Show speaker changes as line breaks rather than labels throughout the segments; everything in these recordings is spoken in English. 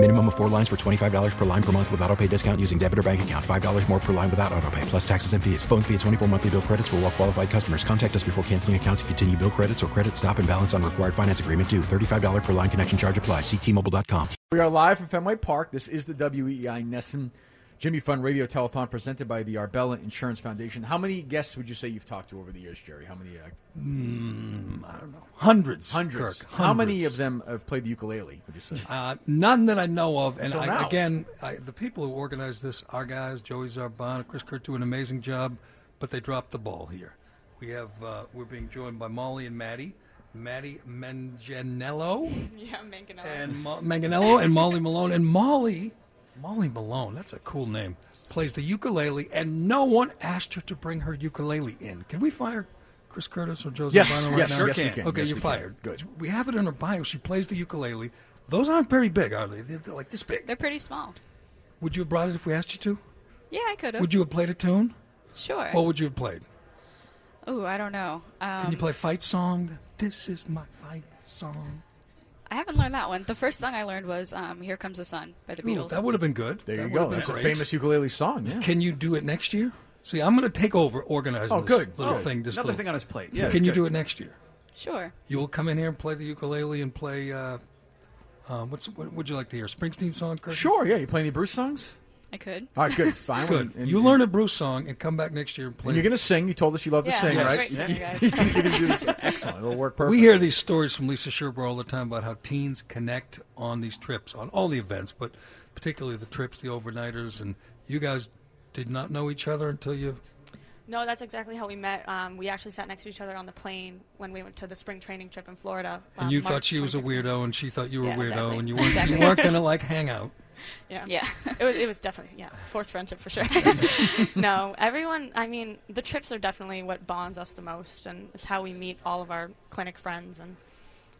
Minimum of four lines for $25 per line per month with auto pay discount using debit or bank account. $5 more per line without auto pay, plus taxes and fees. Phone fee at 24 monthly bill credits for all well qualified customers. Contact us before canceling account to continue bill credits or credit stop and balance on required finance agreement due. $35 per line connection charge apply. Ctmobile.com.
We are live from Fenway Park. This is the WEI Nesson Jimmy Fund Radio Telethon presented by the Arbella Insurance Foundation. How many guests would you say you've talked to over the years, Jerry? How many? Uh,
I don't know. Hundreds.
hundreds.
Kirk,
How many
hundreds.
of them have played the ukulele? Would you say?
Uh, none that I know of. And
Till
I,
now.
again, I, the people who organized this, our guys, Joey Zarbon, Chris Kurt, do an amazing job, but they dropped the ball here. We have uh, we're being joined by Molly and Maddie, Maddie Manganiello
Yeah, Manganello.
and Mo- Manganiello and Molly Malone and Molly, Molly Malone. That's a cool name. Plays the ukulele, and no one asked her to bring her ukulele in. Can we fire Chris Curtis or Joe
Yes,
Zarbano right
yes,
now?
sure Yes, we can. can.
Okay,
Yes,
you're
we can.
fired.
Good.
We have it in her bio. She plays the ukulele. Those aren't very big, are they? They're, they're like this big.
They're pretty small.
Would you have brought it if we asked you to?
Yeah, I could have.
Would you have played a tune?
Sure.
What would you have played?
Oh, I don't know. Um,
Can you play fight song? This is my fight song.
I haven't learned that one. The first song I learned was um, "Here Comes the Sun" by the
Ooh,
Beatles.
that would have been good.
there
That
you
would have
go.
been
That's a
great.
famous ukulele song. Yeah.
Can you do it next year? See, I'm going to take over organizing
Oh,
this
good.
little
Oh,
thing. This
Another
little,
thing on his plate. Yeah,
Can you do it next year?
sure.
You will come in here and play the ukulele and play. Uh, uh, what's what would you like to hear? Springsteen song, Kirk?
Sure. Yeah. You play any Bruce songs?
I could.
All right. Good. Fine.
Good.
And-
you
and-
learn a Bruce song and come back next year and play.
And you're going to sing. You told us you love
yeah,
to sing,
I'm a
right?
great singer, guys.
you're going to do this. Excellent. It'll work perfect.
we hear these stories from Lisa Sherber all the time about how teens connect on these trips, on all the events, but particularly the trips, the overnighters, and you guys did not know each other until you.
No, that's exactly how we met. Um, we actually sat next to each other on the plane when we went to the spring training trip in Florida.
And
um,
you
March
thought she was a
2016.
weirdo, and she thought you were a
Yeah,
weirdo,
exactly.
and you weren't
Exactly.
you weren't gonna like hang out.
Yeah.
Yeah.
it was. It was definitely yeah, forced friendship for sure. no, everyone. I mean, the trips are definitely what bonds us the most, and it's how we meet all of our clinic friends and.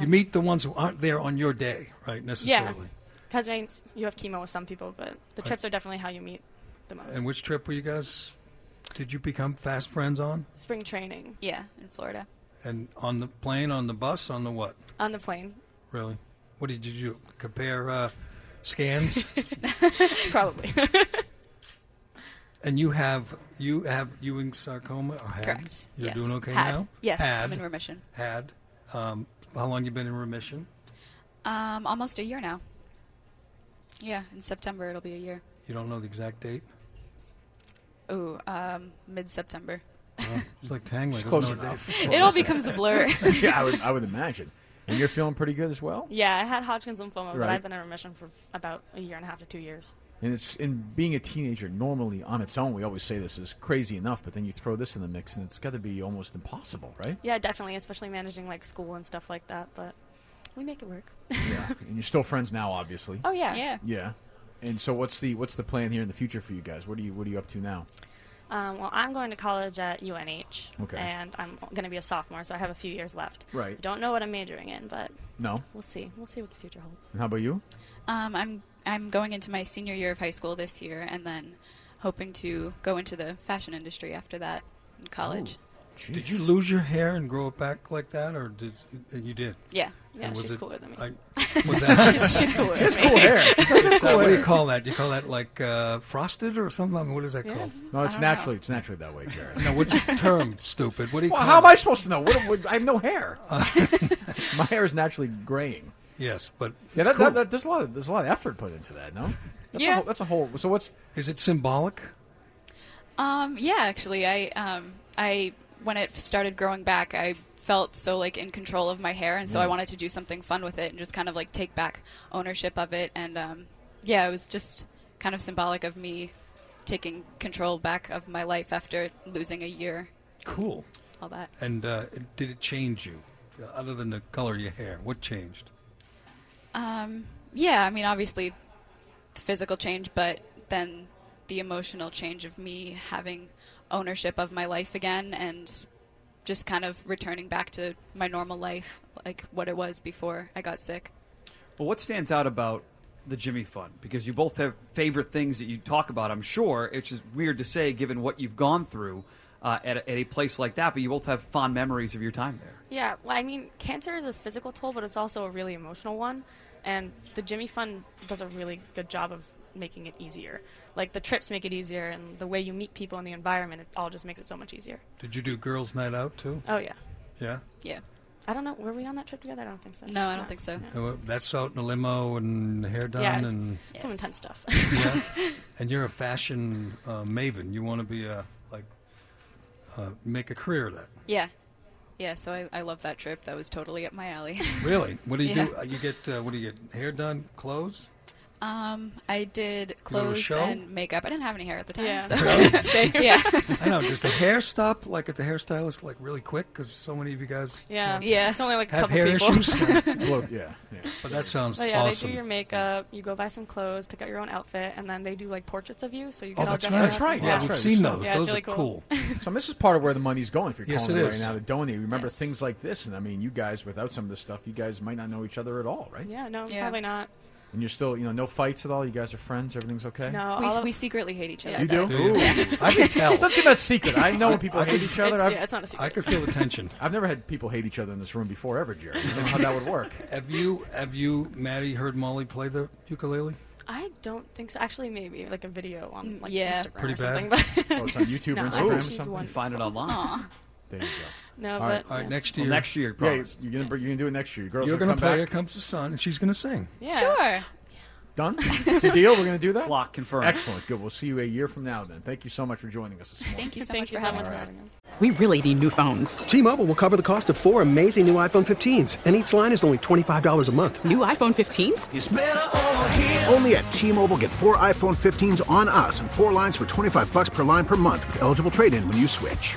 You meet the ones who aren't there on your day, right?
Yeah,
Necessarily.
because I mean, s- you have chemo with some people, but the trips are definitely how you meet the most.
And which trip were you guys? Did you become fast friends on?
spring training
yeah, in Florida.
And on the plane, on the bus, on the what?
on the plane,
Really? What did you do? Compare uh, scans?
probably.
and you have you have Ewing sarcoma or had?
Correct.
You're
yes.
doing okay
had.
now.
Yes,
Had.
I'm in remission.
Had. Um, how long you been in remission?
Um, almost a year now. Yeah, in September it'll be a year.
You don't know the exact date.
Ooh, um, mid-September.
It's like Tangley.
It's
doesn't
close
know a date.
enough.
It all becomes a blur.
yeah, I would, I would imagine. And you're feeling pretty good as well.
yeah, I had Hodgkin's lymphoma, but
Right.
I've been in remission for about a year and a half to two years.
And it's in being a teenager normally on its own. We always say this is crazy enough, but then you throw this in the mix, and it's got to be almost impossible, right?
Yeah, definitely, especially managing like school and stuff like that. But we make it work.
Yeah. and you're still friends now, obviously.
oh yeah,
yeah.
Yeah. And so, what's the what's the plan here in the future for you guys? What are you What are you up to now?
Um, well, I'm going to college at UNH,
Okay.
and I'm going to be a sophomore, so I have a few years left.
Right.
Don't know what I'm majoring in, but
No.
we'll see. We'll see what the future holds.
And how about you?
Um, I'm I'm going into my senior year of high school this year, and then hoping to go into the fashion industry after that in college.
Jeez.
Did you lose your hair and grow it back like that, or did you did?
Yeah.
Yeah,
And was
she's
it-
cooler than me.
I, was that?
she's cooler than me.
cool hair?
Is that- what do you call that? You call that like uh, frosted or something? I mean, what is that called?
No, it's
don't know.
naturally it's naturally that way, Jared.
No, what's the term? Stupid. What do you
Well,
call
how am I
it?
supposed to know? What, what, I have no hair. My hair is naturally graying.
Yes, but
Yeah,
it's
that,
cool.
that, that, there's a lot. Of, there's a lot of effort put into that. No. That's A
Yeah.
whole, that's a whole. So what's
is it symbolic?
Um, yeah, actually, I um, I when it started growing back, I felt so like in control of my hair, and so I wanted to do something fun with it and just kind of like take back ownership of it. And um, yeah, it was just kind of symbolic of me taking control back of my life after losing a year,
Cool.
all that.
And uh, did it change you, uh, other than the color of your hair? What changed?
Um, yeah, I mean, obviously, the physical change, but then the emotional change of me having ownership of my life again and just kind of returning back to my normal life, like what it was before I got sick.
Well, what stands out about the Jimmy Fund? Because you both have favorite things that you talk about, I'm sure. It's just weird to say given what you've gone through uh, at, a, at a place like that, but you both have fond memories of your time there.
Yeah, well, I mean, cancer is a physical toll, but it's also a really emotional one. And the Jimmy Fund does a really good job of making it easier. Like the trips make it easier, and the way you meet people and the environment, it all just makes it so much easier.
Did you do girls' night out too?
Oh yeah,
Yeah.
Yeah.
I don't know. Were we on that trip together? I don't think so.
No, I don't think so.
And what- That's out in a limo and hair done
Yeah, it's,
and
it's some intense stuff.
yeah. And you're a fashion uh, maven. You want to be a like uh, make a career of that.
Yeah. Yeah, so I, I love that trip. That was totally up my alley.
Really? What do you
Yeah.
do? Uh, You get uh, what do you get? Hair done, clothes.
Um, I did
go to a
clothes
show?
and makeup. I didn't have any hair at the time,
Yeah.
so
Same.
yeah,
I know. Does the hair stop like at the hairstylist like really quick? Because so many of you guys
yeah,
Yeah.
It's only like a
have
couple
hair
people.
issues.
Blow- yeah, yeah.
but that sounds
But yeah,
awesome.
they do your makeup. You go buy some clothes, pick out your own outfit, and then they do like portraits of you, so you
oh,
get all
that's
dressed
right.
up.
That's right,
Yeah,
that's
we've
right.
seen
So-
those.
Yeah, it's
those
really
are cool.
So and this is part of where the money's going. If you're
Yes,
calling
it
it right
is.
now to donate, remember
Yes.
things like this. And I mean, you guys, without some of this stuff, you guys might not know each other at all, right?
Yeah, no,
Yeah.
probably not.
And you're still, you know, no fights at all. You guys are friends. Everything's okay.
No, all
we,
of-
we secretely hate each other.
you do.
Yeah,
Do
Ooh.
you? I can tell.
That's the best secret. I know when people hate each other.
it's,
I've,
yeah, it's not a secret.
I could feel the tension.
I've never had people hate each other in this room before ever, Jerry. I don't know how that would work.
Have you, have you, Maddie, heard Molly play the ukulele?
I don't think so. Actually, maybe like a video on like
Mm, yeah.
Instagram
Pretty
or
bad.
something. But
Oh, it's on YouTube,
no,
or
I
Instagram,
think
or
she's
something.
You
one.
find it online.
There you go.
No,
All right,
but
All right,
yeah.
next
Oh,
Well,
year.
next year,
Yeah,
promise.
you're gonna br- you're gonna do it next year. Your girls
You're
are
gonna
come
play
back.
Here Comes the Sun, and she's gonna sing.
Yeah.
Sure.
Done. It's a deal. We're gonna do that.
Clock confirmed.
Excellent. Good. We'll see you a year from now. Then. Thank you so much for joining us this morning.
Thank you so
Thank
much
you
for
so
having
much for
us.
having us.
We really need new phones.
T-Mobile will cover the cost of four amazing new iPhone 15s, and each line is only $25 a month.
New iPhone 15s?
It's better over here. Only at T-Mobile, get four iPhone 15s on us and four lines for 25 bucks per line per month with eligible trade-in when you switch.